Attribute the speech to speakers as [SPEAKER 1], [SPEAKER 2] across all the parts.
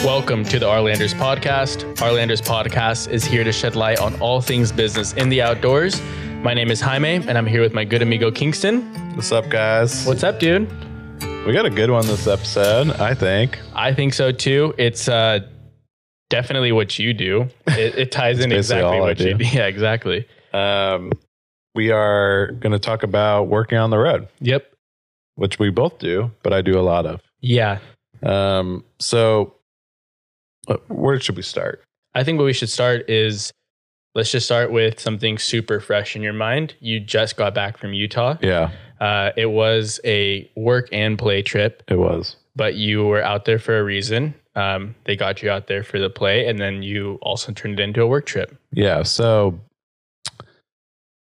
[SPEAKER 1] Welcome to the Arlanders Podcast. Arlanders Podcast is here to shed light on all things business in the outdoors. My name is Jaime, and I'm here with my good amigo Kingston.
[SPEAKER 2] What's up, guys?
[SPEAKER 1] What's up, dude?
[SPEAKER 2] We got a good one this episode, I think.
[SPEAKER 1] I think so too. It's uh, definitely what you do. It, it ties in
[SPEAKER 2] basically
[SPEAKER 1] exactly
[SPEAKER 2] all I
[SPEAKER 1] what you do.
[SPEAKER 2] do.
[SPEAKER 1] Yeah, exactly.
[SPEAKER 2] Um, we are going to talk about working on the road,
[SPEAKER 1] Yep.
[SPEAKER 2] which we both do, but I do a lot of.
[SPEAKER 1] Yeah.
[SPEAKER 2] Um, so, uh, where should we start?
[SPEAKER 1] I think what we should start is let's just start with something super fresh in your mind. You just got back from Utah.
[SPEAKER 2] Yeah,
[SPEAKER 1] Uh, it was a work and play trip.
[SPEAKER 2] it was.
[SPEAKER 1] but you were out there for a reason. Um, they got you out there for the play, and then you also turned it into a work trip.
[SPEAKER 2] Yeah. So,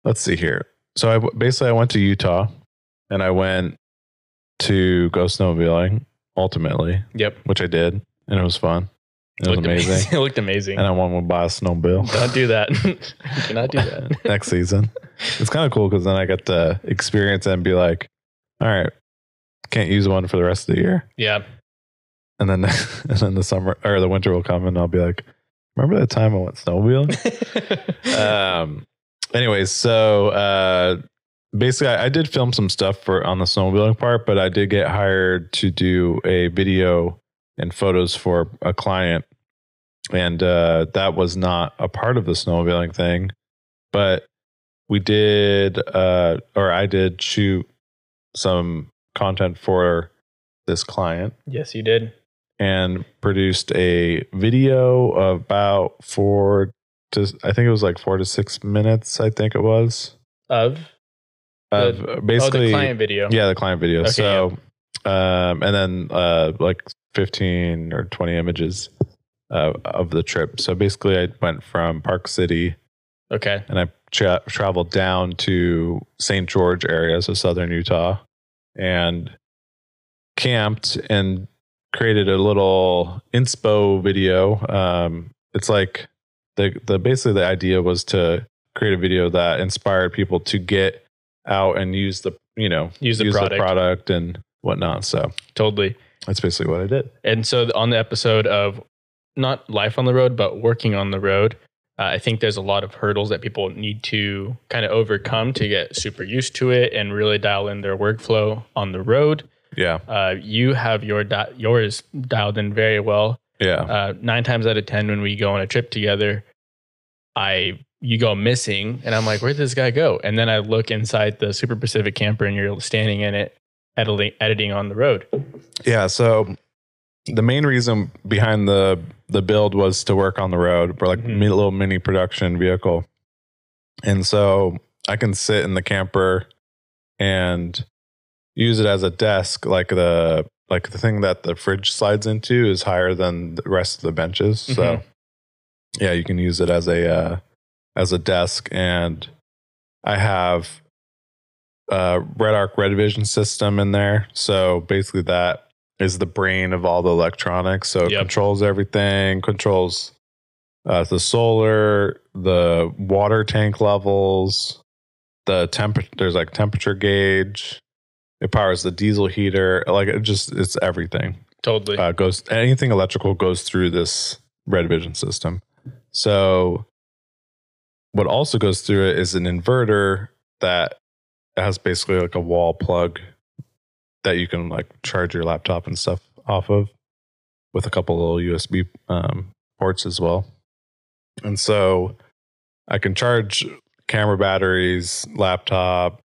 [SPEAKER 2] let's see here. So, I w- basically I went to Utah, and I went to go snowmobiling ultimately,
[SPEAKER 1] Yep,
[SPEAKER 2] which I did, and it was fun. It was amazing.
[SPEAKER 1] it looked amazing.
[SPEAKER 2] And I won one by a snowmobile.
[SPEAKER 1] Don't do that. You Cannot do that.
[SPEAKER 2] next season. It's kind of cool because then I got to experience it and be like, all right, can't use one for the rest of the year.
[SPEAKER 1] Yeah,
[SPEAKER 2] And then, and then the summer or the winter will come and I'll be like, remember that time I went snowmobiling? um, anyways, so uh, basically, I, I did film some stuff for on the snowmobiling part, but I did get hired to do a video and photos for a client, and uh, that was not a part of the snowmobiling thing, but we did, uh, or I did shoot some content for this client
[SPEAKER 1] yes, you did.
[SPEAKER 2] and produced a video of about four to I think it was like four to six minutes. I think it was
[SPEAKER 1] Of
[SPEAKER 2] of
[SPEAKER 1] The- oh,
[SPEAKER 2] basically
[SPEAKER 1] the client video.
[SPEAKER 2] yeah the client video.
[SPEAKER 1] Okay,
[SPEAKER 2] so um, and then uh, like fifteen or twenty images uh, of the trip. So basically, I went from Park City
[SPEAKER 1] Okay.
[SPEAKER 2] and I tra- traveled down to St. George area, so southern Utah, and camped and created a little inspo video. Um, it's like the the basically the idea was to create a video that inspired people to get out and use the you know
[SPEAKER 1] Use the product.
[SPEAKER 2] product and whatnot. So
[SPEAKER 1] Totally.
[SPEAKER 2] that's basically what I did.
[SPEAKER 1] And so th- on the episode of not life on the road, but working on the road, uh, I think there's a lot of hurdles that people need to kind of overcome to get super used to it and really dial in their workflow on the road.
[SPEAKER 2] Yeah,
[SPEAKER 1] Uh, you have your di- yours dialed in very well.
[SPEAKER 2] yeah,
[SPEAKER 1] Uh, nine times out of ten, when we go on a trip together, I you go missing, and I'm like, where did this guy go? And then I look inside the Super Pacific camper, and you're standing in it, editing editing on the road.
[SPEAKER 2] Yeah, so the main reason behind the the build was to work on the road for like
[SPEAKER 1] Mhm.
[SPEAKER 2] mi- little mini production vehicle. And so I can sit in the camper and use it as a desk like the like the thing that the fridge slides into is higher than the rest of the benches. So
[SPEAKER 1] Mhm.
[SPEAKER 2] yeah, you can use it as a uh, as a desk and I have uh, Red Arc Red Vision system in there. So basically, that is the brain of all the electronics. So it
[SPEAKER 1] Yep.
[SPEAKER 2] controls everything, controls uh, the solar, the water tank levels, the temp. There's like temperature gauge. It powers the diesel heater. Like it just, it's everything
[SPEAKER 1] Totally.
[SPEAKER 2] uh, goes anything electrical goes through this red vision system. So what also goes through it is an inverter that has basically like a wall plug that you can like charge your laptop and stuff off of with a couple little USB um, ports as well. And so I can charge camera batteries, laptop,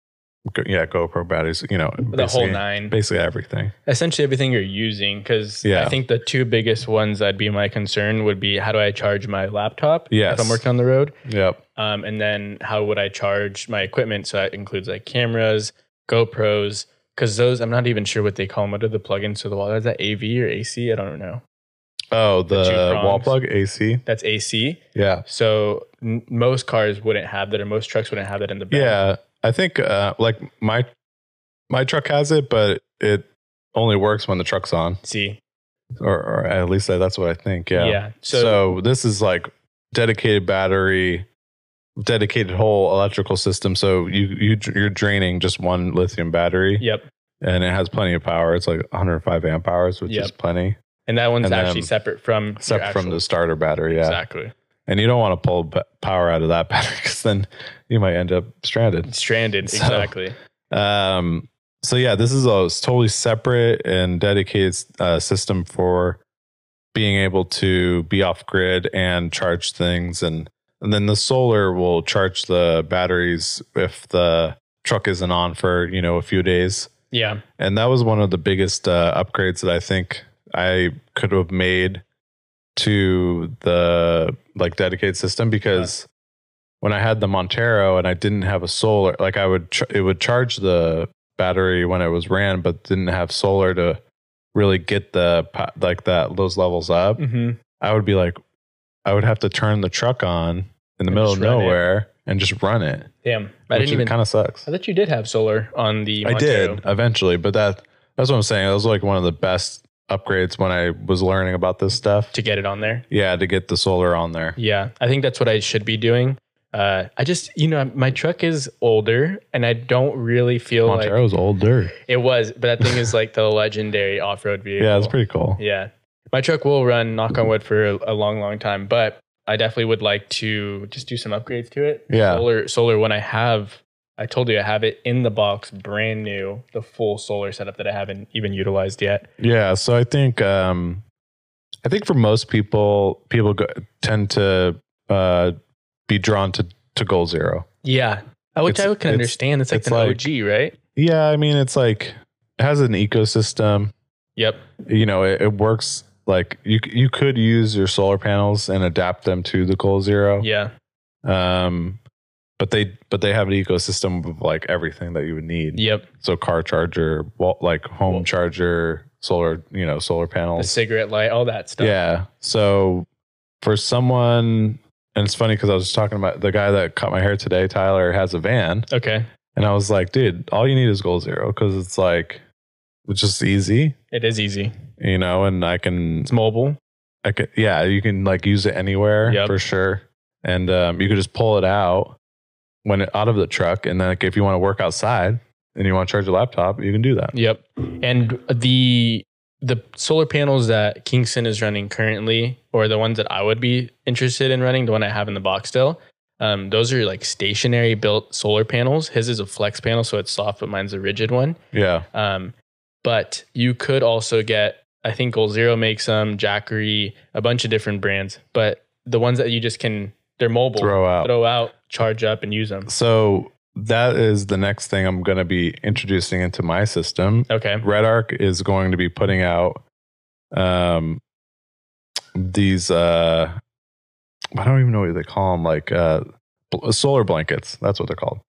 [SPEAKER 2] go- yeah, GoPro batteries, you know,
[SPEAKER 1] the whole
[SPEAKER 2] basically-
[SPEAKER 1] nine.
[SPEAKER 2] basically everything.
[SPEAKER 1] essentially everything you're using because
[SPEAKER 2] Yeah.
[SPEAKER 1] i think the two biggest ones that'd be my concern would be how do i charge my laptop
[SPEAKER 2] Yes.
[SPEAKER 1] if i'm working on the road
[SPEAKER 2] Yep.
[SPEAKER 1] um, and then how would i charge my equipment so that includes like cameras gopro's because those i'm not even sure what they call them what are the plugins to the wall is that av or ac i don't know
[SPEAKER 2] Oh,
[SPEAKER 1] The
[SPEAKER 2] the,
[SPEAKER 1] two
[SPEAKER 2] wall
[SPEAKER 1] prongs.
[SPEAKER 2] plug AC.
[SPEAKER 1] that's ac
[SPEAKER 2] Yeah.
[SPEAKER 1] so n- most cars wouldn't have that or most trucks wouldn't have that in the back
[SPEAKER 2] Yeah. I think uh, like my my truck has it, but it only works when the truck's on,
[SPEAKER 1] see
[SPEAKER 2] or, or at least that's what I think. Yeah.
[SPEAKER 1] so,
[SPEAKER 2] So, this is like dedicated battery, dedicated whole electrical system. So you you dr- you're draining just one lithium battery,
[SPEAKER 1] yep
[SPEAKER 2] and it has plenty of power. It's like 105 amp hours, which
[SPEAKER 1] Yep.
[SPEAKER 2] is plenty.
[SPEAKER 1] and that one's
[SPEAKER 2] And then-
[SPEAKER 1] actually separate from your
[SPEAKER 2] except from
[SPEAKER 1] actual-
[SPEAKER 2] the starter battery. Yeah,
[SPEAKER 1] exactly
[SPEAKER 2] and you don't want to pull p- power out of that battery because then you might end up stranded.
[SPEAKER 1] stranded
[SPEAKER 2] So-
[SPEAKER 1] exactly
[SPEAKER 2] Um, so yeah, this is a s- totally separate and dedicated uh, system for being able to be off grid and charge things, and and then the solar will charge the batteries if the truck isn't on for you know a few days.
[SPEAKER 1] yeah
[SPEAKER 2] And that was one of the biggest uh, upgrades that I think I could have made to the like dedicated system because when I had the Montero and I didn't have a solar, like I would ch- it would charge the battery when it was ran, but didn't have solar to really get the po- like that those levels up.
[SPEAKER 1] hmm
[SPEAKER 2] I would be like, I would have to turn the truck on in the
[SPEAKER 1] And
[SPEAKER 2] middle of
[SPEAKER 1] just run it.
[SPEAKER 2] nowhere and just run it,
[SPEAKER 1] damn i
[SPEAKER 2] which
[SPEAKER 1] didn't even
[SPEAKER 2] kind of sucks.
[SPEAKER 1] i thought you did have solar on the
[SPEAKER 2] I
[SPEAKER 1] Montero.
[SPEAKER 2] did eventually, but that that's what I'm saying. That was like one of the best upgrades when I was learning about this stuff.
[SPEAKER 1] to get it on there
[SPEAKER 2] Yeah, to get the solar on there.
[SPEAKER 1] Yeah, I think that's what I should be doing. Uh, I just, you know, my truck is older, and I don't really feel like
[SPEAKER 2] Montero's old dirt.
[SPEAKER 1] it was. But that thing is like the legendary off-road vehicle.
[SPEAKER 2] Yeah, it's pretty cool.
[SPEAKER 1] Yeah, my truck will run, knock on wood, for a, a long, long time. But I definitely would like to just do some upgrades to it.
[SPEAKER 2] Yeah.
[SPEAKER 1] solar, solar. When I have, I told you I have it in the box, brand new, the full solar setup that I haven't even utilized yet.
[SPEAKER 2] Yeah, so I think um I think for most people people go, tend to uh be drawn to to goal zero.
[SPEAKER 1] Yeah, Uh, which
[SPEAKER 2] It's-
[SPEAKER 1] I can
[SPEAKER 2] it's-
[SPEAKER 1] understand. It's like
[SPEAKER 2] it's
[SPEAKER 1] an
[SPEAKER 2] like-
[SPEAKER 1] OG, right?
[SPEAKER 2] Yeah, I mean it's like it has an ecosystem.
[SPEAKER 1] Yep.
[SPEAKER 2] You know, it, it works like you c- you could use your solar panels and adapt them to the goal zero.
[SPEAKER 1] Yeah.
[SPEAKER 2] um but they but they have an ecosystem of like everything that you would need
[SPEAKER 1] Yep.
[SPEAKER 2] so car charger wall, like home
[SPEAKER 1] Well-
[SPEAKER 2] charger solar you know solar
[SPEAKER 1] The
[SPEAKER 2] panels
[SPEAKER 1] cigarette light, all that stuff.
[SPEAKER 2] yeah so for someone and it's funny because i was just talking about the guy that cut my hair today tyler has a van
[SPEAKER 1] Okay.
[SPEAKER 2] and i was like dude all you need is goal zero because it's like it's just easy
[SPEAKER 1] It is easy.
[SPEAKER 2] you know and i can
[SPEAKER 1] It's mobile.
[SPEAKER 2] I could, yeah, you can like use it anywhere
[SPEAKER 1] Yep.
[SPEAKER 2] for sure. And um, you could just pull it out when it, out of the truck. And then like, if you want to work outside and you want to charge your laptop, you can do that.
[SPEAKER 1] Yep. And the the solar panels that Kingston is running currently, or the ones that I would be interested in running, the one I have in the box still, um, those are like stationary built solar panels. His is a flex panel, so it's soft, but mine's a rigid one.
[SPEAKER 2] Yeah.
[SPEAKER 1] Um, but you could also get, I think Goal Zero makes them, Jackery, a bunch of different brands. But the ones that you just can, they're mobile.
[SPEAKER 2] Throw out.
[SPEAKER 1] throw out charge up, and use them.
[SPEAKER 2] So that is the next thing I'm going to be introducing into my system.
[SPEAKER 1] Okay.
[SPEAKER 2] Red Arc is going to be putting out um, these, uh, I don't even know what they call them, like uh, bl- solar blankets. That's what they're called.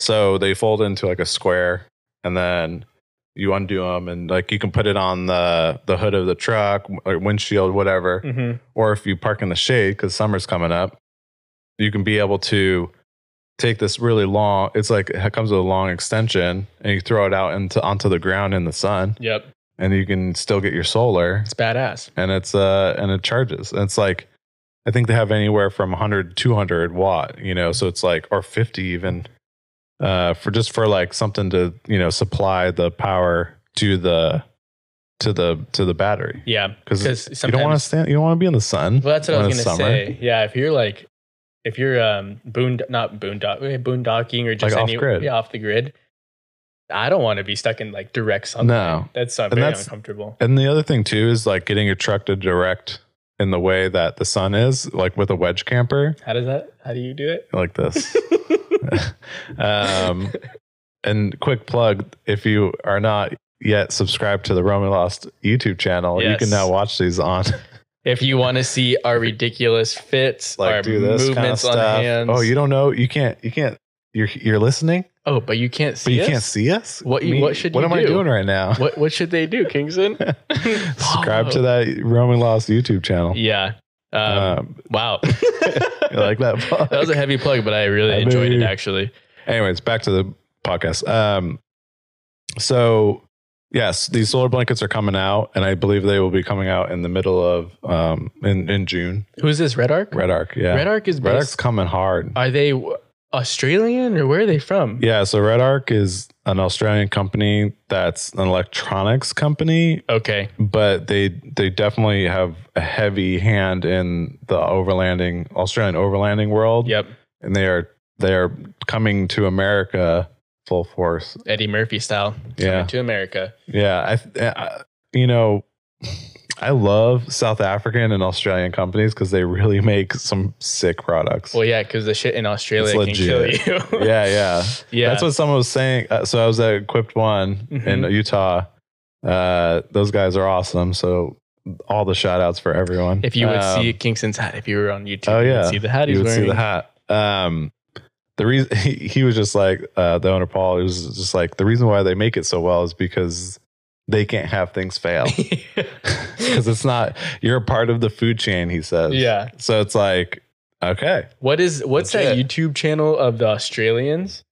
[SPEAKER 2] So they fold into like a square and then you undo them and like you can put it on the, the hood of the truck or windshield, whatever.
[SPEAKER 1] Mm-hmm.
[SPEAKER 2] Or if you park in the shade because summer's coming up, you can be able to take this really long, it's like it comes with a long extension and you throw it out into onto the ground in the sun
[SPEAKER 1] Yep.
[SPEAKER 2] and you can still get your solar
[SPEAKER 1] It's badass.
[SPEAKER 2] and it's uh and it charges and it's like i think they have anywhere from 100 200 watt you know so it's like or 50 even uh for just for like something to you know supply the power to the to the to the battery
[SPEAKER 1] Yeah.
[SPEAKER 2] because
[SPEAKER 1] Because
[SPEAKER 2] you don't want to
[SPEAKER 1] sometimes,
[SPEAKER 2] stand you don't want to be in the sun
[SPEAKER 1] well, that's what I
[SPEAKER 2] when
[SPEAKER 1] was
[SPEAKER 2] it's
[SPEAKER 1] gonna
[SPEAKER 2] summer.
[SPEAKER 1] say. Yeah, if you're like, if you're um boond not boondock eh, boondocking or just
[SPEAKER 2] Like
[SPEAKER 1] any
[SPEAKER 2] off-grid.
[SPEAKER 1] yeah, off the grid, I don't want to be stuck in like direct sunlight.
[SPEAKER 2] No.
[SPEAKER 1] that's not
[SPEAKER 2] And
[SPEAKER 1] very
[SPEAKER 2] that's-
[SPEAKER 1] uncomfortable.
[SPEAKER 2] and the other thing too is like getting your truck to direct in the way that the sun is like with a wedge camper
[SPEAKER 1] How does that? How do you do it?
[SPEAKER 2] like this um, and quick plug if you are not yet subscribed to the Roman Lost YouTube channel, you
[SPEAKER 1] Yes.
[SPEAKER 2] can now watch these on
[SPEAKER 1] if you want to see our ridiculous fits,
[SPEAKER 2] like
[SPEAKER 1] our
[SPEAKER 2] do this kind of
[SPEAKER 1] movements on
[SPEAKER 2] stuff.
[SPEAKER 1] hands.
[SPEAKER 2] Oh, you don't know, you can't, you can't. You're you're listening,
[SPEAKER 1] Oh, but you can't
[SPEAKER 2] but
[SPEAKER 1] see.
[SPEAKER 2] you can't
[SPEAKER 1] us?
[SPEAKER 2] see us.
[SPEAKER 1] What you- what should
[SPEAKER 2] What
[SPEAKER 1] you
[SPEAKER 2] am I
[SPEAKER 1] do?
[SPEAKER 2] doing right now?
[SPEAKER 1] What what should they do, Kingston?
[SPEAKER 2] Subscribe to that Roman Lost YouTube channel.
[SPEAKER 1] Yeah. Um,
[SPEAKER 2] Um,
[SPEAKER 1] wow.
[SPEAKER 2] you like that? plug?
[SPEAKER 1] That was a heavy plug, but I really
[SPEAKER 2] I
[SPEAKER 1] enjoyed
[SPEAKER 2] mean-
[SPEAKER 1] it actually.
[SPEAKER 2] anyways back to the podcast um so yes these solar blankets are coming out and i believe they will be coming out in the middle of um in in june
[SPEAKER 1] Who is this? Red Arc?
[SPEAKER 2] red arc yeah
[SPEAKER 1] Red Arc Uh, is
[SPEAKER 2] Red
[SPEAKER 1] based.
[SPEAKER 2] arc's coming hard
[SPEAKER 1] Are they w- Australian or where are they from?
[SPEAKER 2] yeah so red arc is an Australian company that's an electronics company,
[SPEAKER 1] Okay.
[SPEAKER 2] but they they definitely have a heavy hand in the overlanding Australian overlanding world.
[SPEAKER 1] Yep.
[SPEAKER 2] and they are they are coming to America full force.
[SPEAKER 1] Eddie Murphy style.
[SPEAKER 2] Yeah.
[SPEAKER 1] Coming to America.
[SPEAKER 2] Yeah, I, th- I you know I love South African and Australian companies because they really make some sick products.
[SPEAKER 1] Well, yeah, because the shit in Australia can
[SPEAKER 2] It's
[SPEAKER 1] kill
[SPEAKER 2] legit.
[SPEAKER 1] you.
[SPEAKER 2] yeah, yeah.
[SPEAKER 1] yeah.
[SPEAKER 2] That's what someone was saying. Uh, so I was at Equipped One in
[SPEAKER 1] Mhm.
[SPEAKER 2] Utah. Uh, those guys are awesome. So all the shout outs for everyone.
[SPEAKER 1] if you would
[SPEAKER 2] Um,
[SPEAKER 1] see Kingston's hat, if you were on YouTube,
[SPEAKER 2] oh,
[SPEAKER 1] you
[SPEAKER 2] yeah.
[SPEAKER 1] would see the hat
[SPEAKER 2] you
[SPEAKER 1] he's
[SPEAKER 2] would
[SPEAKER 1] wearing.
[SPEAKER 2] see the hat. Um, the reason he, he was just like uh, the owner Paul. He was just like the reason why they make it so well is because they can't have things fail because it's not you're a part of the food chain. He says.
[SPEAKER 1] yeah.
[SPEAKER 2] So it's like okay,
[SPEAKER 1] What is what's that
[SPEAKER 2] That's
[SPEAKER 1] YouTube channel of the Australians?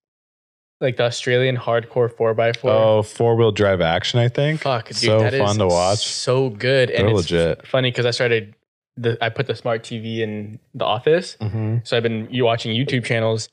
[SPEAKER 1] Like the Australian hardcore four x four.
[SPEAKER 2] oh four wheel drive action. I think.
[SPEAKER 1] Fuck, dude,
[SPEAKER 2] so
[SPEAKER 1] that is
[SPEAKER 2] fun to watch.
[SPEAKER 1] So good, and
[SPEAKER 2] They're
[SPEAKER 1] it's
[SPEAKER 2] legit.
[SPEAKER 1] funny because I started. The, I put the smart TV in the office,
[SPEAKER 2] Mm-hmm.
[SPEAKER 1] so I've been you watching YouTube channels,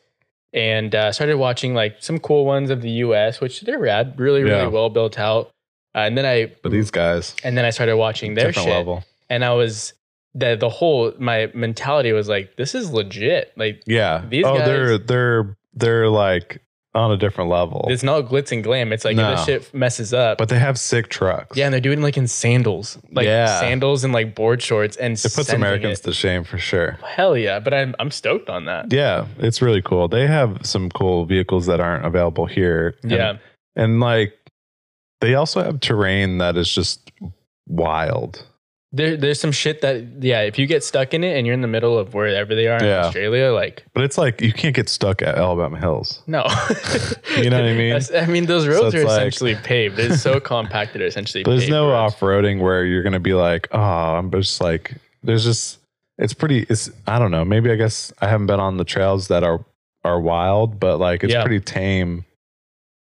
[SPEAKER 1] and uh, started watching like some cool ones of the U.S., which they're rad, really, really
[SPEAKER 2] Yeah.
[SPEAKER 1] well built out. Uh, and then I,
[SPEAKER 2] But these guys,
[SPEAKER 1] and then I started watching their
[SPEAKER 2] different
[SPEAKER 1] shit,
[SPEAKER 2] level.
[SPEAKER 1] and I was the the whole my mentality was like, this is legit. Like
[SPEAKER 2] Yeah.
[SPEAKER 1] These
[SPEAKER 2] oh,
[SPEAKER 1] guys-
[SPEAKER 2] they're they're they're like on a different level.
[SPEAKER 1] it's not glitz and glam. It's like if
[SPEAKER 2] No.
[SPEAKER 1] this shit messes up,
[SPEAKER 2] but they have sick trucks.
[SPEAKER 1] Yeah, and they're doing like in sandals, like
[SPEAKER 2] Yeah.
[SPEAKER 1] sandals and like board shorts, and
[SPEAKER 2] It puts Americans to shame for sure.
[SPEAKER 1] Hell yeah! But I'm I'm stoked on that.
[SPEAKER 2] Yeah, it's really cool. They have some cool vehicles that aren't available here. And-
[SPEAKER 1] Yeah,
[SPEAKER 2] And like they also have terrain that is just wild.
[SPEAKER 1] there there's some shit that yeah, if you get stuck in it and you're in the middle of wherever they are in
[SPEAKER 2] Yeah.
[SPEAKER 1] Australia, like
[SPEAKER 2] But it's like you can't get stuck at Alabama Hills.
[SPEAKER 1] no,
[SPEAKER 2] You know what I mean?
[SPEAKER 1] That's- I mean those
[SPEAKER 2] So
[SPEAKER 1] roads
[SPEAKER 2] it's
[SPEAKER 1] are
[SPEAKER 2] like-
[SPEAKER 1] essentially paved. They're so compacted, they're essentially.
[SPEAKER 2] But there's
[SPEAKER 1] paved
[SPEAKER 2] no
[SPEAKER 1] roads.
[SPEAKER 2] off roading where you're gonna be like, oh, I'm just like there's just it's pretty it's I don't know, maybe I guess I haven't been on the trails that are are wild, but like it's
[SPEAKER 1] Yeah.
[SPEAKER 2] pretty tame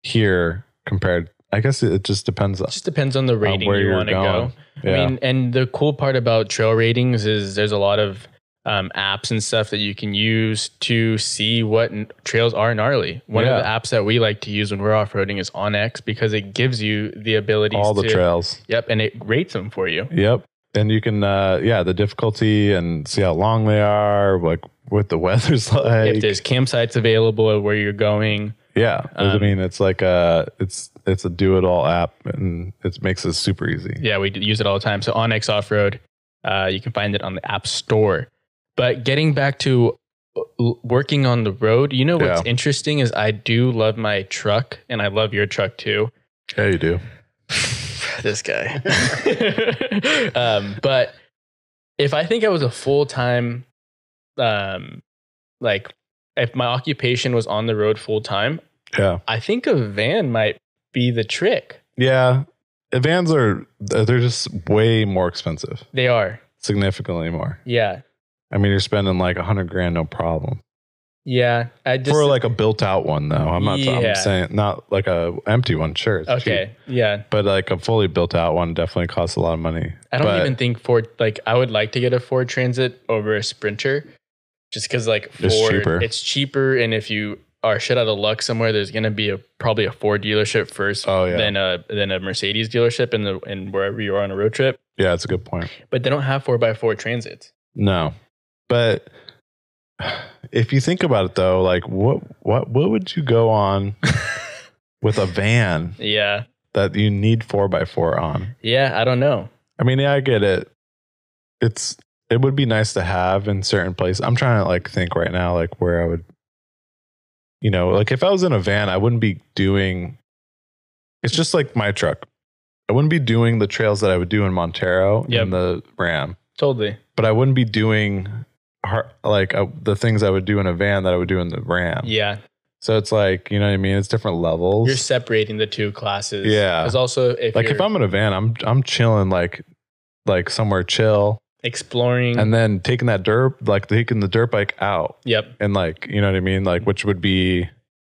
[SPEAKER 2] here compared I guess it, it just depends on
[SPEAKER 1] It just depends on the rating
[SPEAKER 2] where
[SPEAKER 1] you
[SPEAKER 2] you're
[SPEAKER 1] want to
[SPEAKER 2] going.
[SPEAKER 1] go. I mean, and the cool part about trail ratings is there's a lot of um, apps and stuff that you can use to see what n- trails are gnarly. One
[SPEAKER 2] Yeah.
[SPEAKER 1] of the apps that we like to use when we're off roading is OnX because it gives you the ability
[SPEAKER 2] all the
[SPEAKER 1] to,
[SPEAKER 2] trails.
[SPEAKER 1] Yep, and it rates them for you.
[SPEAKER 2] Yep. And you can, uh, yeah, the difficulty and see how long they are, like what the weather's like.
[SPEAKER 1] if there's campsites available or where you're going,
[SPEAKER 2] yeah. I
[SPEAKER 1] um,
[SPEAKER 2] mean, it's like a, it's, it's a do it all app and it makes it super easy.
[SPEAKER 1] yeah, we d- use it all the time. So Onyx Off Road, uh, you can find it on the App Store. But getting back to uh, l- working on the road, you know what's
[SPEAKER 2] Yeah.
[SPEAKER 1] interesting is I do love my truck, and I love your truck too.
[SPEAKER 2] Yeah, you do.
[SPEAKER 1] this guy. um, but if I think I was a full time, um, like if my occupation was on the road full time,
[SPEAKER 2] Yeah.
[SPEAKER 1] I think a van might be the trick.
[SPEAKER 2] Yeah. The Vans are, uh, they're just way more expensive,
[SPEAKER 1] They are.
[SPEAKER 2] significantly more.
[SPEAKER 1] Yeah.
[SPEAKER 2] I mean, you're spending like a hundred grand, no problem.
[SPEAKER 1] Yeah. I just,
[SPEAKER 2] For like a built out one, though. I'm not,
[SPEAKER 1] Yeah.
[SPEAKER 2] I'm saying not like a empty one, sure. It's cheap.
[SPEAKER 1] okay. Yeah.
[SPEAKER 2] But like a fully built out one definitely costs a lot of money.
[SPEAKER 1] I don't
[SPEAKER 2] But-
[SPEAKER 1] even think Ford, like, I would like to get a Ford Transit over a Sprinter just because, like, Ford,
[SPEAKER 2] It's cheaper.
[SPEAKER 1] it's cheaper. And if you are shit out of luck somewhere, there's going to be a probably a Ford dealership first
[SPEAKER 2] Oh, yeah.
[SPEAKER 1] than a than a Mercedes dealership in the in wherever you are on a road trip.
[SPEAKER 2] Yeah, that's a good point.
[SPEAKER 1] But they don't have four x four transits.
[SPEAKER 2] No, but if you think about it, though, like what what what would you go on with a van
[SPEAKER 1] Yeah,
[SPEAKER 2] that you need four by four on?
[SPEAKER 1] yeah. I don't know.
[SPEAKER 2] I mean, yeah, I get it. It's it would be nice to have in certain places. I'm trying to like think right now, like where I would, you know, like if I was in a van, I wouldn't be doing. It's just like my truck. I wouldn't be doing the trails that I would do in Montero
[SPEAKER 1] Yep.
[SPEAKER 2] in the Ram.
[SPEAKER 1] Totally.
[SPEAKER 2] but I wouldn't be doing har like uh, the things I would do in a van that I would do in the Ram.
[SPEAKER 1] Yeah,
[SPEAKER 2] So it's like, you know what I mean? It's different levels.
[SPEAKER 1] you're separating the two classes.
[SPEAKER 2] Yeah.
[SPEAKER 1] Because also, if
[SPEAKER 2] like
[SPEAKER 1] you're
[SPEAKER 2] if I'm in a van, I'm I'm chilling like like somewhere chill
[SPEAKER 1] exploring,
[SPEAKER 2] and then taking that dirt like taking the dirt bike out
[SPEAKER 1] yep,
[SPEAKER 2] and like, you know what I mean?
[SPEAKER 1] Mm-hmm.
[SPEAKER 2] Like which would be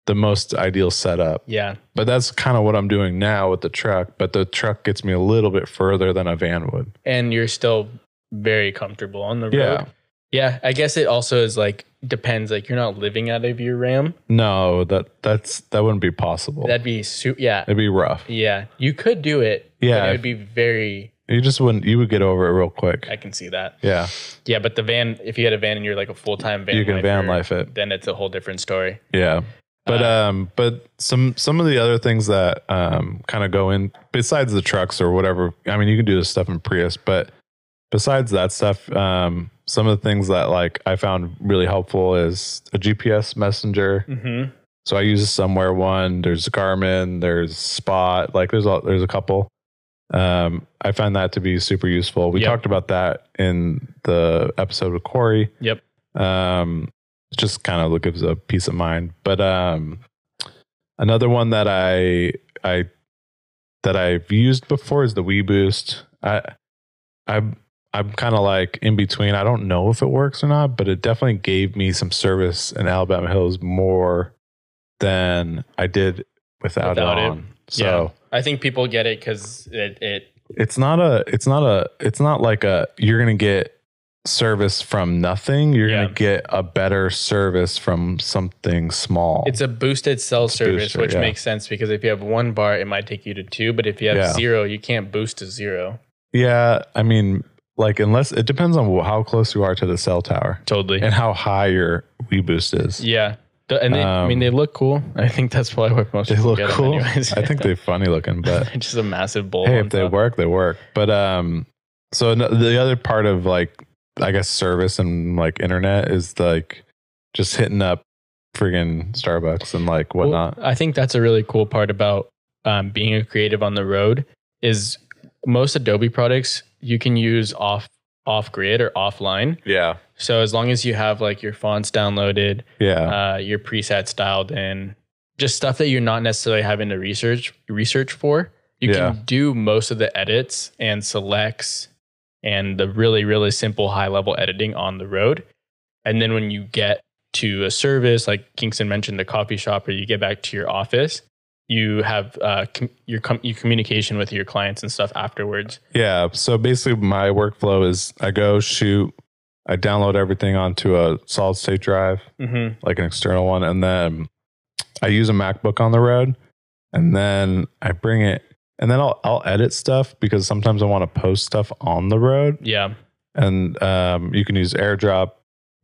[SPEAKER 2] the most ideal setup.
[SPEAKER 1] yeah,
[SPEAKER 2] But that's kind of what I'm doing now with the truck, but the truck gets me a little bit further than a van would.
[SPEAKER 1] and you're still very comfortable on the road.
[SPEAKER 2] Yeah.
[SPEAKER 1] Yeah, I guess it also is like depends. Like you're not living out of your RAM.
[SPEAKER 2] No, that that's that wouldn't be possible.
[SPEAKER 1] That'd be su- yeah,
[SPEAKER 2] It'd be rough.
[SPEAKER 1] yeah. You could do it. but
[SPEAKER 2] Yeah.
[SPEAKER 1] it would be very.
[SPEAKER 2] You just wouldn't. You would get over it real quick.
[SPEAKER 1] I can see that.
[SPEAKER 2] Yeah,
[SPEAKER 1] Yeah, but the van. If you had a van and you're like a full time van,
[SPEAKER 2] you can van
[SPEAKER 1] lifer,
[SPEAKER 2] life it.
[SPEAKER 1] Then it's a whole different story.
[SPEAKER 2] Yeah. But
[SPEAKER 1] Uh,
[SPEAKER 2] um but some some of the other things that um kind of go in besides the trucks or whatever. I mean, you can do this stuff in Prius, but besides that stuff, um some of the things that like I found really helpful is a GPS messenger.
[SPEAKER 1] Mm-hmm.
[SPEAKER 2] So I use a somewhere one, there's Garmin, there's Spot, like there's a there's a couple. Um I found that to be super useful. We
[SPEAKER 1] Yep.
[SPEAKER 2] talked about that in the episode with Corey
[SPEAKER 1] Yep.
[SPEAKER 2] um it just kind of gives a peace of mind but um another one that i i that i've used before is the wii boost i i i'm, I'm kind of like in between i don't know if it works or not but it definitely gave me some service in alabama hills more than i did without,
[SPEAKER 1] Without
[SPEAKER 2] it
[SPEAKER 1] it.
[SPEAKER 2] on so
[SPEAKER 1] I think people get it because it, it.
[SPEAKER 2] it's not a it's not a it's not like a you're gonna get service from nothing you're
[SPEAKER 1] Yeah.
[SPEAKER 2] gonna get a better service from something small
[SPEAKER 1] It's a boosted cell
[SPEAKER 2] It's
[SPEAKER 1] service,
[SPEAKER 2] boosted,
[SPEAKER 1] which
[SPEAKER 2] yeah.
[SPEAKER 1] makes sense because if you have one bar, it might take you to two. But if you have
[SPEAKER 2] Yeah.
[SPEAKER 1] zero, you can't boost to zero.
[SPEAKER 2] yeah i mean like unless it depends on wh- how close you are to the cell tower
[SPEAKER 1] Totally.
[SPEAKER 2] and how high your Wii boost is
[SPEAKER 1] Yeah. The- And they, I mean,
[SPEAKER 2] Um,
[SPEAKER 1] they look cool. I think that's probably what most
[SPEAKER 2] they
[SPEAKER 1] people
[SPEAKER 2] look
[SPEAKER 1] get 'em
[SPEAKER 2] cool
[SPEAKER 1] anyways.
[SPEAKER 2] i think they're funny looking but
[SPEAKER 1] just a massive bowl.
[SPEAKER 2] hey
[SPEAKER 1] on
[SPEAKER 2] if they
[SPEAKER 1] top.
[SPEAKER 2] work they work but um so no- the other part of like i guess service and like internet is like just hitting up friggin starbucks and like
[SPEAKER 1] Well,
[SPEAKER 2] whatnot
[SPEAKER 1] I think that's a really cool part about um, being a creative on the road is most Adobe products you can use off off grid or offline.
[SPEAKER 2] yeah
[SPEAKER 1] So as long as you have like your fonts downloaded,
[SPEAKER 2] yeah
[SPEAKER 1] uh, your presets dialed in, just stuff that you're not necessarily having to research research for. You
[SPEAKER 2] Yeah.
[SPEAKER 1] can do most of the edits and selects and the really really simple high level editing on the road. And then when you get to a service like Kingston mentioned, the coffee shop, or you get back to your office, you have uh, com- your com- your communication with your clients and stuff afterwards.
[SPEAKER 2] Yeah. So basically, my workflow is I go shoot, I download everything onto a solid state drive,
[SPEAKER 1] Mm-hmm.
[SPEAKER 2] like an external one, and then I use a MacBook on the road, and then I bring it, and then I'll I'll edit stuff because sometimes I want to post stuff on the road,
[SPEAKER 1] Yeah,
[SPEAKER 2] and um, you can use AirDrop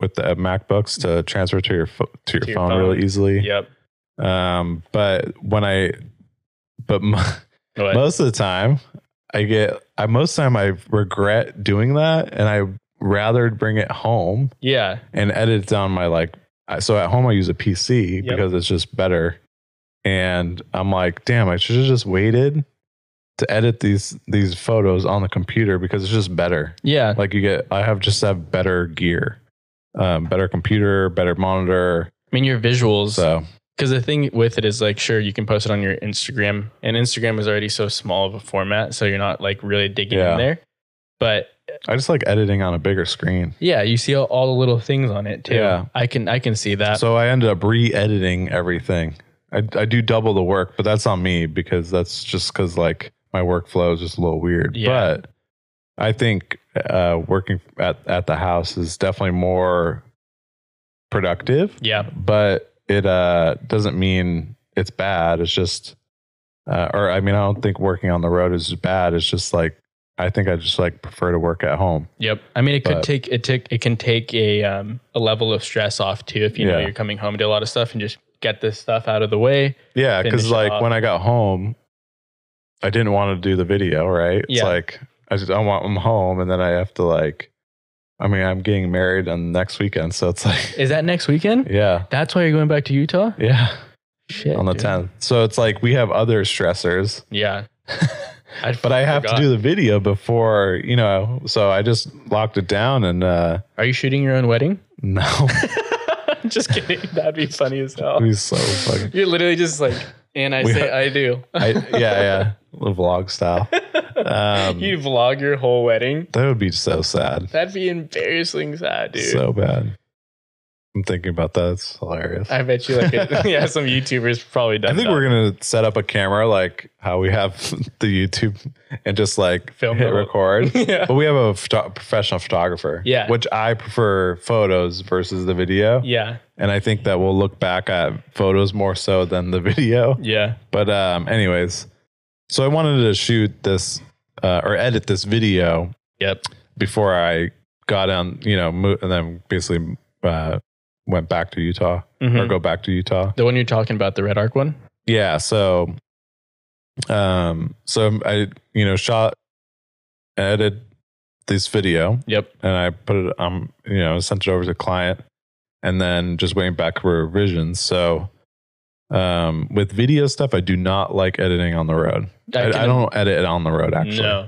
[SPEAKER 2] with the uh, MacBooks to transfer to your pho- to your,
[SPEAKER 1] To your
[SPEAKER 2] phone,
[SPEAKER 1] phone.
[SPEAKER 2] really easily.
[SPEAKER 1] yep.
[SPEAKER 2] Um, but when I, but my,
[SPEAKER 1] But
[SPEAKER 2] most of the time i get i most of the time i regret doing that and i rather bring it home
[SPEAKER 1] yeah,
[SPEAKER 2] and edit it down my like I- so at home i use a pc
[SPEAKER 1] Yep.
[SPEAKER 2] because it's just better and i'm like damn i should have just waited to edit these these photos on the computer because it's just better
[SPEAKER 1] yeah,
[SPEAKER 2] like you get i have just have better gear um better computer better monitor
[SPEAKER 1] I mean your visuals.
[SPEAKER 2] so
[SPEAKER 1] Because the thing with it is like, sure, you can post it on your Instagram, and Instagram is already so small of a format, so you're not like really digging
[SPEAKER 2] Yeah.
[SPEAKER 1] in there. But
[SPEAKER 2] i just like editing on a bigger screen
[SPEAKER 1] yeah, you see all, all the little things on it too.
[SPEAKER 2] Yeah.
[SPEAKER 1] I can I can see that.
[SPEAKER 2] So I ended up re-editing everything. I, I do double the work, but that's on me because that's just because like my workflow is just a little weird.
[SPEAKER 1] Yeah.
[SPEAKER 2] But I think uh, working at at the house is definitely more productive.
[SPEAKER 1] yeah,
[SPEAKER 2] But it uh, doesn't mean it's bad. It's just, uh, or I mean, I don't think working on the road is bad. It's just like I think I just like prefer to work at home.
[SPEAKER 1] yep. I mean, it could
[SPEAKER 2] But-
[SPEAKER 1] take it take it can take a um, a level of stress off too if you know
[SPEAKER 2] Yeah.
[SPEAKER 1] you're coming home to a lot of stuff and just get this stuff out of the way.
[SPEAKER 2] Yeah,
[SPEAKER 1] finish
[SPEAKER 2] because
[SPEAKER 1] it
[SPEAKER 2] like
[SPEAKER 1] off.
[SPEAKER 2] when I got home, I didn't want to do the video, right? It's
[SPEAKER 1] Yeah.
[SPEAKER 2] like I just I want I'm home and then I have to like I mean I'm getting married on next weekend, so it's like
[SPEAKER 1] Is that next weekend?
[SPEAKER 2] Yeah.
[SPEAKER 1] That's why you're going back to Utah.
[SPEAKER 2] Yeah.
[SPEAKER 1] Shit,
[SPEAKER 2] On the
[SPEAKER 1] dude.
[SPEAKER 2] tenth. So it's like we have other stressors.
[SPEAKER 1] Yeah,
[SPEAKER 2] But I have to do the video before, you know, so I just locked it down and uh
[SPEAKER 1] Are you shooting your own wedding?
[SPEAKER 2] no.
[SPEAKER 1] just kidding. That'd be funny as hell.
[SPEAKER 2] He's so fucking
[SPEAKER 1] You're literally just like, and I
[SPEAKER 2] We
[SPEAKER 1] say
[SPEAKER 2] are-
[SPEAKER 1] I do.
[SPEAKER 2] I yeah, yeah. Little vlog style. Um
[SPEAKER 1] you vlog your whole wedding.
[SPEAKER 2] that would be so sad.
[SPEAKER 1] That'd be embarrassing sad, dude.
[SPEAKER 2] So bad. I'm thinking about that. It's hilarious.
[SPEAKER 1] I bet you, like, it, yeah, some YouTubers probably
[SPEAKER 2] I
[SPEAKER 1] done.
[SPEAKER 2] think
[SPEAKER 1] that.
[SPEAKER 2] we're gonna set up a camera like how we have the YouTube and just like
[SPEAKER 1] Film
[SPEAKER 2] hit
[SPEAKER 1] the-
[SPEAKER 2] record.
[SPEAKER 1] yeah.
[SPEAKER 2] but we have a photo- professional photographer.
[SPEAKER 1] Yeah.
[SPEAKER 2] Which I prefer photos versus the video.
[SPEAKER 1] Yeah.
[SPEAKER 2] And I think that we'll look back at photos more so than the video.
[SPEAKER 1] Yeah.
[SPEAKER 2] But um, anyways, so I wanted to shoot this uh, or edit this video
[SPEAKER 1] Yep.
[SPEAKER 2] before I got on, you know, mo- and then basically uh, went back to Utah or
[SPEAKER 1] Mhm.
[SPEAKER 2] go back to Utah.
[SPEAKER 1] The one you're talking about, the Red Arc one.
[SPEAKER 2] Yeah. So, um, so I, you know, shot, edited this video
[SPEAKER 1] Yep.
[SPEAKER 2] and I put it, um, you know, sent it over to client and then just waiting back for revisions. So, um, with video stuff, I do not like editing on the road. I, I
[SPEAKER 1] can-
[SPEAKER 2] don't edit it on the road actually.
[SPEAKER 1] No.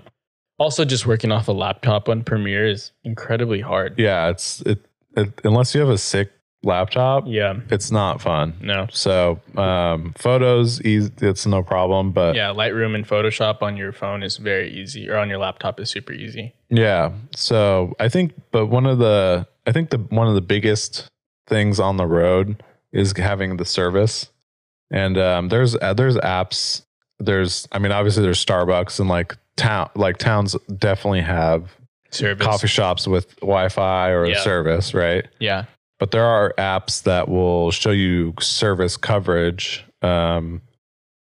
[SPEAKER 1] Also, just working off a laptop on Premiere is incredibly hard.
[SPEAKER 2] Yeah, it's it, it unless you have a sick laptop,
[SPEAKER 1] Yeah.
[SPEAKER 2] it's not fun.
[SPEAKER 1] No.
[SPEAKER 2] So um, photos, easy, it's no problem. But yeah.
[SPEAKER 1] Yeah. Lightroom and Photoshop on your phone is very easy, or on your laptop is super easy.
[SPEAKER 2] so I think, but one of the I think the one of the biggest things on the road is having the service, and um, there's uh, there's apps. There's I mean obviously there's Starbucks and like town like towns definitely have
[SPEAKER 1] Service.
[SPEAKER 2] coffee shops with Wi-Fi or
[SPEAKER 1] Yeah.
[SPEAKER 2] service, right?
[SPEAKER 1] Yeah.
[SPEAKER 2] but there are apps that will show you service coverage um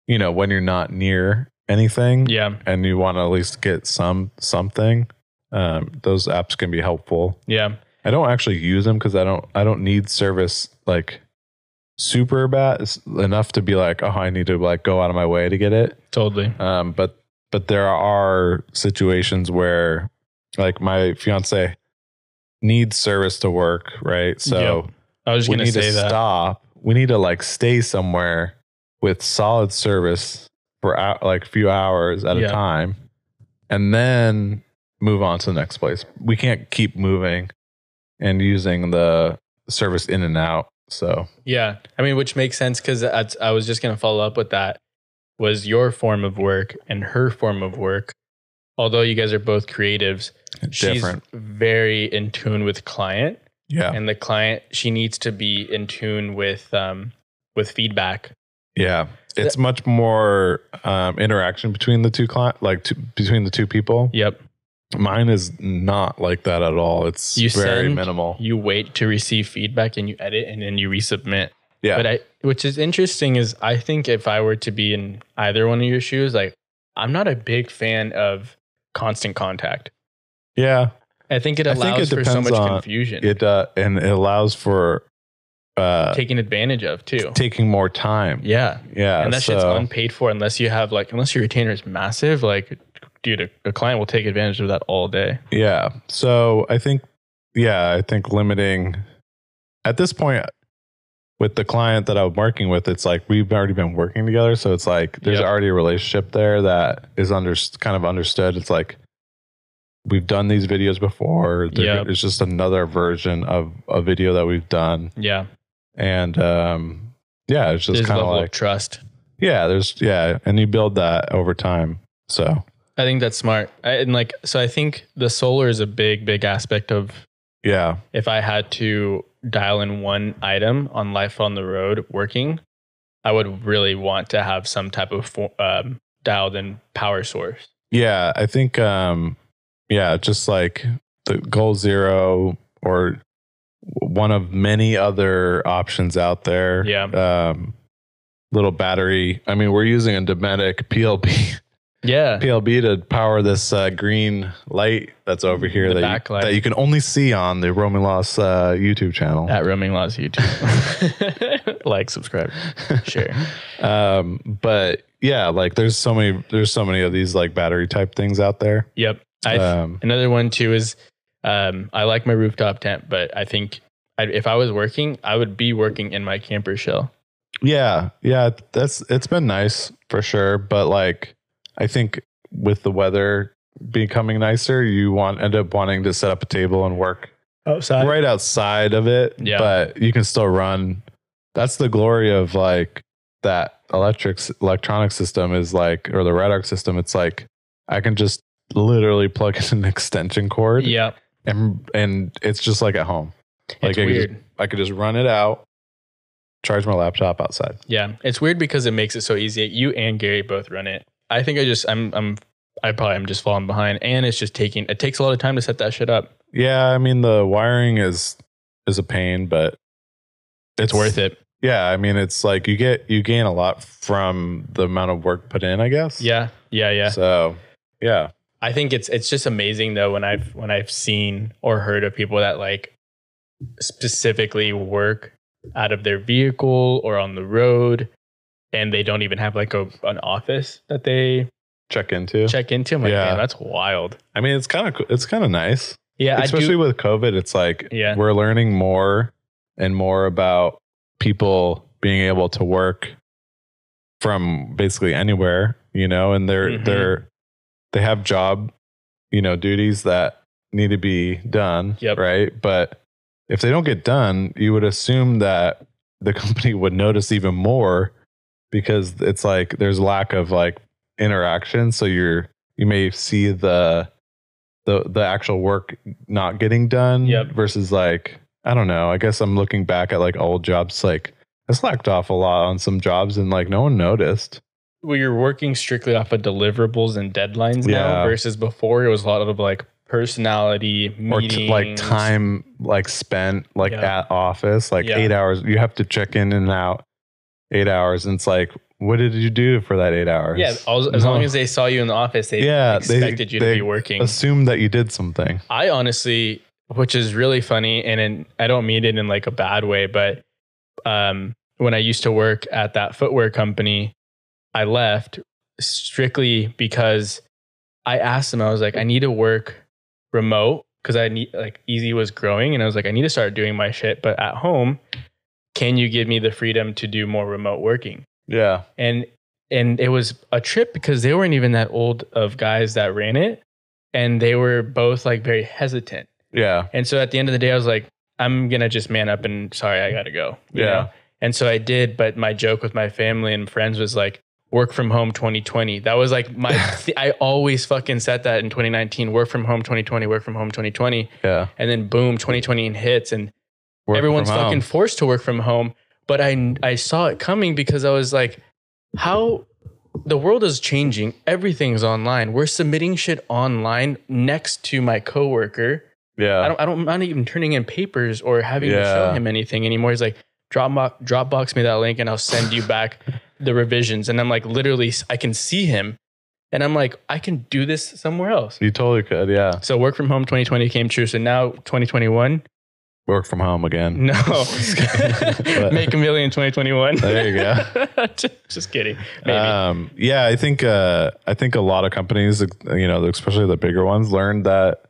[SPEAKER 2] you know when you're not near anything
[SPEAKER 1] Yeah.
[SPEAKER 2] and you want to at least get some something um those apps can be helpful
[SPEAKER 1] Yeah.
[SPEAKER 2] i don't actually use them because i don't i don't need service like super bad it's enough to be like oh i need to like go out of my way to get it
[SPEAKER 1] Totally.
[SPEAKER 2] um, but but there are situations where, like my fiance needs service to work, right? So
[SPEAKER 1] I was just
[SPEAKER 2] we
[SPEAKER 1] gonna
[SPEAKER 2] need
[SPEAKER 1] say
[SPEAKER 2] to
[SPEAKER 1] that.
[SPEAKER 2] stop. We need to like stay somewhere with solid service for hou- like a few hours at
[SPEAKER 1] Yeah.
[SPEAKER 2] a time, and then move on to the next place. We can't keep moving and using the service in and out. So
[SPEAKER 1] Yeah. I mean, which makes sense because I was just going to follow up with that was your form of work and her form of work. Although you guys are both creatives,
[SPEAKER 2] Different.
[SPEAKER 1] she's very in tune with client
[SPEAKER 2] yeah,
[SPEAKER 1] and the client, she needs to be in tune with, um, with feedback.
[SPEAKER 2] Yeah, it's much more um, interaction between the two client, like two, between the two people.
[SPEAKER 1] Yep.
[SPEAKER 2] Mine is not like that at all. It's
[SPEAKER 1] You
[SPEAKER 2] very
[SPEAKER 1] send-
[SPEAKER 2] minimal.
[SPEAKER 1] You wait to receive feedback and you edit and then you resubmit.
[SPEAKER 2] yeah,
[SPEAKER 1] But I, which is interesting, is I think if I were to be in either one of your shoes, like I'm not a big fan of constant contact.
[SPEAKER 2] yeah.
[SPEAKER 1] I think it
[SPEAKER 2] I think
[SPEAKER 1] allows
[SPEAKER 2] it
[SPEAKER 1] for so
[SPEAKER 2] depends
[SPEAKER 1] much
[SPEAKER 2] on-
[SPEAKER 1] confusion,
[SPEAKER 2] It uh, and it allows for uh,
[SPEAKER 1] taken advantage of too.
[SPEAKER 2] taking more time. Yeah,
[SPEAKER 1] yeah, and that shit's
[SPEAKER 2] so-
[SPEAKER 1] unpaid for unless you have like unless your retainer is massive. Like, dude, a, a client will take advantage of that all day.
[SPEAKER 2] yeah. So I think, yeah, I think limiting at this point with the client that I'm working with, it's like we've already been working together. So it's like there's
[SPEAKER 1] Yep.
[SPEAKER 2] already a relationship there that is under kind of understood. It's like we've done these videos before. They're-
[SPEAKER 1] Yep.
[SPEAKER 2] It's just another version of a video that we've done.
[SPEAKER 1] Yeah,
[SPEAKER 2] And um, yeah, it's just
[SPEAKER 1] there's a
[SPEAKER 2] kind of
[SPEAKER 1] level
[SPEAKER 2] like,
[SPEAKER 1] of trust.
[SPEAKER 2] yeah, there's, yeah. And you build that over time. So
[SPEAKER 1] I think that's smart. I, and like, so I think the solar is a big, big aspect of
[SPEAKER 2] yeah.
[SPEAKER 1] if I had to dial in one item on life on the road working, I would really want to have some type of fo- um, dialed in power source.
[SPEAKER 2] Yeah, I think um yeah, just like the goal zero or one of many other options out there.
[SPEAKER 1] Yeah.
[SPEAKER 2] Um little battery. I mean, we're using a Dometic PLB
[SPEAKER 1] Yeah,
[SPEAKER 2] PLB to power this uh, green light that's over here
[SPEAKER 1] Mm, The
[SPEAKER 2] that you,
[SPEAKER 1] backlight.
[SPEAKER 2] that you can only see on the Roman Loss uh, YouTube channel.
[SPEAKER 1] At Roaming Laws YouTube. like, subscribe, share.
[SPEAKER 2] um but yeah, like there's so many there's so many of these like battery type things out there.
[SPEAKER 1] Yep. I,
[SPEAKER 2] um
[SPEAKER 1] another one too is um, I like my rooftop tent, but I think I, if I was working, I would be working in my camper shell.
[SPEAKER 2] Yeah, yeah, that's it's been nice for sure, but like I think with the weather becoming nicer, you want end up wanting to set up a table and work
[SPEAKER 1] Outside.
[SPEAKER 2] right outside of it,
[SPEAKER 1] Uh, Yeah.
[SPEAKER 2] but you can still run. That's the glory of like that electric electronic system is like or the red arc system, it's like I can just literally plug in an extension cord
[SPEAKER 1] Yep.
[SPEAKER 2] and and it's just like at home. Like
[SPEAKER 1] it's
[SPEAKER 2] I could just-
[SPEAKER 1] weird.
[SPEAKER 2] I could just run it out, charge my laptop outside.
[SPEAKER 1] Yeah, it's weird because it makes it so easy. You and Gary both run it. I think I just I'm I'm I probably am just falling behind, and it's just taking it takes a lot of time to set that shit up.
[SPEAKER 2] Yeah, I mean the wiring is is a pain, but
[SPEAKER 1] It's worth it.
[SPEAKER 2] Yeah, I mean it's like you get you gain a lot from the amount of work put in, I guess.
[SPEAKER 1] Yeah, yeah, yeah.
[SPEAKER 2] So yeah.
[SPEAKER 1] I think it's it's just amazing though when I've when I've seen or heard of people that like specifically work out of their vehicle or on the road, and they don't even have like a an office that they
[SPEAKER 2] Check into.
[SPEAKER 1] check into. I'm like,
[SPEAKER 2] Yeah.
[SPEAKER 1] man, that's wild.
[SPEAKER 2] I mean it's kinda co- it's kinda nice.
[SPEAKER 1] Yeah, I
[SPEAKER 2] Especially
[SPEAKER 1] do.
[SPEAKER 2] with COVID, it's like
[SPEAKER 1] Yeah.
[SPEAKER 2] we're learning more and more about people being able to work from basically anywhere, you know, and they're
[SPEAKER 1] Mhm.
[SPEAKER 2] they're they have job, you know, duties that need to be done,
[SPEAKER 1] Yep.
[SPEAKER 2] right? But if they don't get done, you would assume that the company would notice even more because it's like there's lack of like interaction, so you're you may see the the the actual work not getting done
[SPEAKER 1] Yep.
[SPEAKER 2] versus like I don't know. I guess I'm looking back at like old jobs. Like I slacked off a lot on some jobs, and like no one noticed.
[SPEAKER 1] Well, you're working strictly off of deliverables and deadlines now
[SPEAKER 2] Yeah.
[SPEAKER 1] versus before it was a lot of like personality
[SPEAKER 2] Or
[SPEAKER 1] meetings.
[SPEAKER 2] t- like time like spent like
[SPEAKER 1] Yeah.
[SPEAKER 2] at office, like
[SPEAKER 1] Yeah.
[SPEAKER 2] eight hours. You have to check in and out eight hours, and it's like, what did you do for that eight hours?
[SPEAKER 1] Yeah, all, as
[SPEAKER 2] No.
[SPEAKER 1] long as they saw you in the office, they
[SPEAKER 2] Yeah, they-
[SPEAKER 1] expected you to
[SPEAKER 2] they
[SPEAKER 1] be working.
[SPEAKER 2] assume that you did something.
[SPEAKER 1] I honestly, which is really funny, and in, I don't mean it in like a bad way, but um, when I used to work at that footwear company, I left strictly because I asked them. I was like, I need to work remote because I need like Easy was growing, and I was like, I need to start doing my shit, but at home, can you give me the freedom to do more remote working?
[SPEAKER 2] Yeah,
[SPEAKER 1] and and it was a trip because they weren't even that old of guys that ran it and they were both like very hesitant
[SPEAKER 2] yeah,
[SPEAKER 1] and so at the end of the day i was like i'm gonna just man up and sorry i gotta go you
[SPEAKER 2] Yeah.
[SPEAKER 1] know? and so i did but my joke with my family and friends was like work from home 2020 that was like my th- i always fucking said that in 2019 work from home 2020 work from home 2020
[SPEAKER 2] yeah.
[SPEAKER 1] and then boom 2020 hits and
[SPEAKER 2] Work
[SPEAKER 1] everyone's
[SPEAKER 2] from home.
[SPEAKER 1] fucking forced to work from home. But I I saw it coming because I was like, how the world is changing. Everything's online. We're submitting shit online next to my coworker.
[SPEAKER 2] yeah.
[SPEAKER 1] I don't I don't mind even turning in papers or having to show
[SPEAKER 2] Yeah.
[SPEAKER 1] him anything anymore. He's like, Dropbox Dropbox me that link and I'll send you back the revisions. And I'm like, literally, I can see him. And I'm like, I can do this somewhere else.
[SPEAKER 2] you totally could. Yeah,
[SPEAKER 1] So work from home 2020 came true. So now 2021,
[SPEAKER 2] work from home again.
[SPEAKER 1] no.
[SPEAKER 2] Just kidding. But-
[SPEAKER 1] Make a million 2021.
[SPEAKER 2] There you
[SPEAKER 1] go. just, kidding. Maybe.
[SPEAKER 2] Um, yeah, I think uh, I think a lot of companies, you know, especially the bigger ones, learned that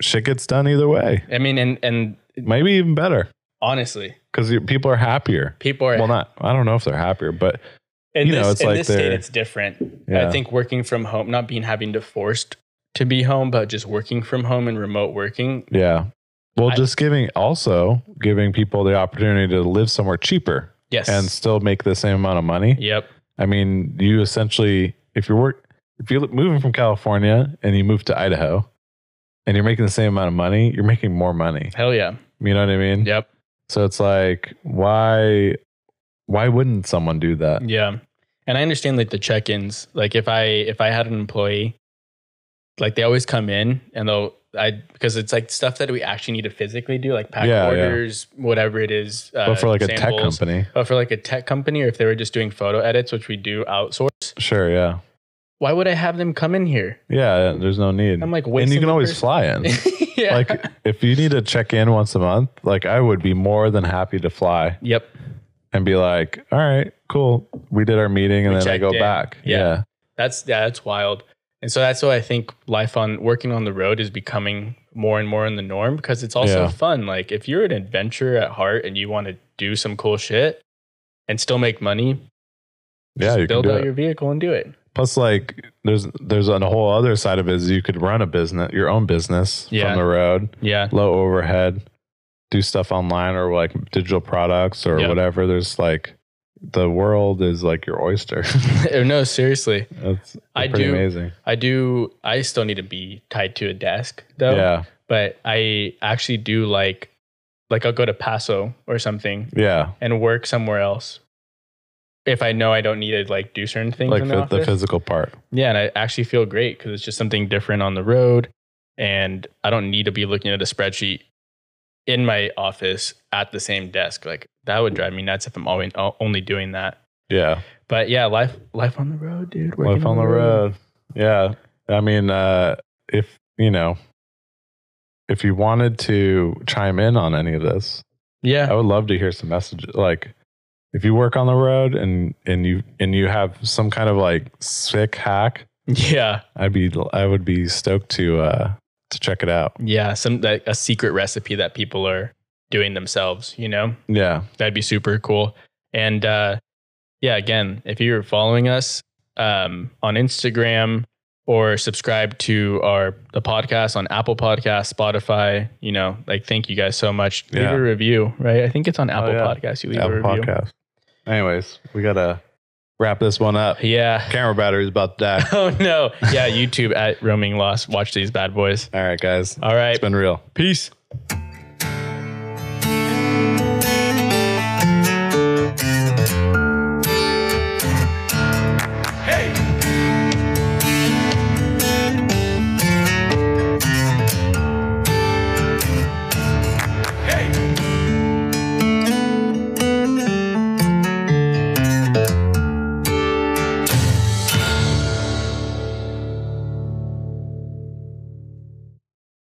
[SPEAKER 2] shit gets done either way.
[SPEAKER 1] I mean, and and
[SPEAKER 2] Maybe even better
[SPEAKER 1] honestly,
[SPEAKER 2] because people are happier.
[SPEAKER 1] people are
[SPEAKER 2] Well, not I don't know if they're happier, but
[SPEAKER 1] in
[SPEAKER 2] you know,
[SPEAKER 1] this,
[SPEAKER 2] it's
[SPEAKER 1] in
[SPEAKER 2] like
[SPEAKER 1] this state,
[SPEAKER 2] they're-
[SPEAKER 1] it's different. I
[SPEAKER 2] Yeah.
[SPEAKER 1] think working from home, not being having to forced to be home, but just working from home and remote working.
[SPEAKER 2] yeah. Well,
[SPEAKER 1] I-
[SPEAKER 2] just giving also giving people the opportunity to live somewhere cheaper
[SPEAKER 1] Yes.
[SPEAKER 2] and still make the same amount of money.
[SPEAKER 1] yep.
[SPEAKER 2] I mean, you essentially if you work if you're moving from California and you move to Idaho and you're making the same amount of money, you're making more money.
[SPEAKER 1] Hell yeah.
[SPEAKER 2] You know what I mean?
[SPEAKER 1] Yep.
[SPEAKER 2] So it's like, why, why wouldn't someone do that?
[SPEAKER 1] Yeah. And I understand like the check-ins. Like if I if I had an employee, like they always come in and they'll I because it's like stuff that we actually need to physically do, like pack
[SPEAKER 2] Yeah, yeah.
[SPEAKER 1] orders, whatever it is. Uh,
[SPEAKER 2] but for like a tech
[SPEAKER 1] samples.
[SPEAKER 2] company,
[SPEAKER 1] But for like a tech company, or if they were just doing photo edits, which we do outsource,
[SPEAKER 2] sure, yeah,
[SPEAKER 1] why would I have them come in here?
[SPEAKER 2] yeah. There's no need.
[SPEAKER 1] I'm like,
[SPEAKER 2] and
[SPEAKER 1] wasting
[SPEAKER 2] you can
[SPEAKER 1] the
[SPEAKER 2] always
[SPEAKER 1] person-
[SPEAKER 2] fly in.
[SPEAKER 1] yeah.
[SPEAKER 2] Like, if you need to check in once a month, like I would be more than happy to fly
[SPEAKER 1] yep.
[SPEAKER 2] and be like, all right, cool, we did our meeting, and
[SPEAKER 1] We
[SPEAKER 2] then I
[SPEAKER 1] checked
[SPEAKER 2] go
[SPEAKER 1] in.
[SPEAKER 2] back.
[SPEAKER 1] Yeah.
[SPEAKER 2] Yeah.
[SPEAKER 1] That's yeah, that's wild. And so that's why I think life on working on the road is becoming more and more in the norm because it's also
[SPEAKER 2] Yeah.
[SPEAKER 1] fun. Like if you're an adventurer at heart and you want to do some cool shit and still make money,
[SPEAKER 2] yeah, you can
[SPEAKER 1] build
[SPEAKER 2] do
[SPEAKER 1] out
[SPEAKER 2] it.
[SPEAKER 1] your vehicle and do it.
[SPEAKER 2] Plus, like, there's there's a whole other side of it is you could run a business, your own business
[SPEAKER 1] Yeah.
[SPEAKER 2] from the road.
[SPEAKER 1] Yeah.
[SPEAKER 2] low overhead, do stuff online or like digital products or
[SPEAKER 1] Yeah.
[SPEAKER 2] whatever. There's like the world is like your oyster.
[SPEAKER 1] Oh, no, seriously.
[SPEAKER 2] That's
[SPEAKER 1] I
[SPEAKER 2] pretty
[SPEAKER 1] do-
[SPEAKER 2] amazing.
[SPEAKER 1] I do I still need to be tied to a desk though.
[SPEAKER 2] Yeah.
[SPEAKER 1] But I actually do like like I'll go to Paso or something
[SPEAKER 2] Yeah.
[SPEAKER 1] and work somewhere else if I know I don't need to like do certain things.
[SPEAKER 2] Like
[SPEAKER 1] in the,
[SPEAKER 2] the, the
[SPEAKER 1] office.
[SPEAKER 2] physical part.
[SPEAKER 1] Yeah, and I actually feel great because it's just something different on the road, and I don't need to be looking at a spreadsheet in my office at the same desk. Like that would drive me nuts if I'm always o- only doing that.
[SPEAKER 2] Yeah.
[SPEAKER 1] But yeah, life life on the road, dude. working
[SPEAKER 2] Life on the road. Yeah. I mean, uh, if, you know, if you wanted to chime in on any of this, I
[SPEAKER 1] Yeah,
[SPEAKER 2] would love to hear some messages. Like, if you work on the road and and you and you have some kind of like sick hack,
[SPEAKER 1] yeah,
[SPEAKER 2] I'd be I would be stoked to uh to check it out.
[SPEAKER 1] yeah. Some like a secret recipe that people are doing themselves. You know,
[SPEAKER 2] Yeah,
[SPEAKER 1] that'd be super cool. And uh, yeah, again, if you're following us um, on Instagram or subscribe to our the podcast on Apple Podcasts, Spotify, you know, like thank you guys so much. Leave
[SPEAKER 2] Yeah. Oh,
[SPEAKER 1] a review, right? I think it's on Apple
[SPEAKER 2] yeah.
[SPEAKER 1] Podcasts. You leave
[SPEAKER 2] Apple
[SPEAKER 1] a review.
[SPEAKER 2] podcast. Anyways, we gotta wrap this one up.
[SPEAKER 1] Yeah.
[SPEAKER 2] Camera battery's about to die.
[SPEAKER 1] Oh no. Yeah, YouTube at roaming loss. Watch these bad boys.
[SPEAKER 2] All right, guys,
[SPEAKER 1] All right.
[SPEAKER 2] it's been real.
[SPEAKER 1] Peace.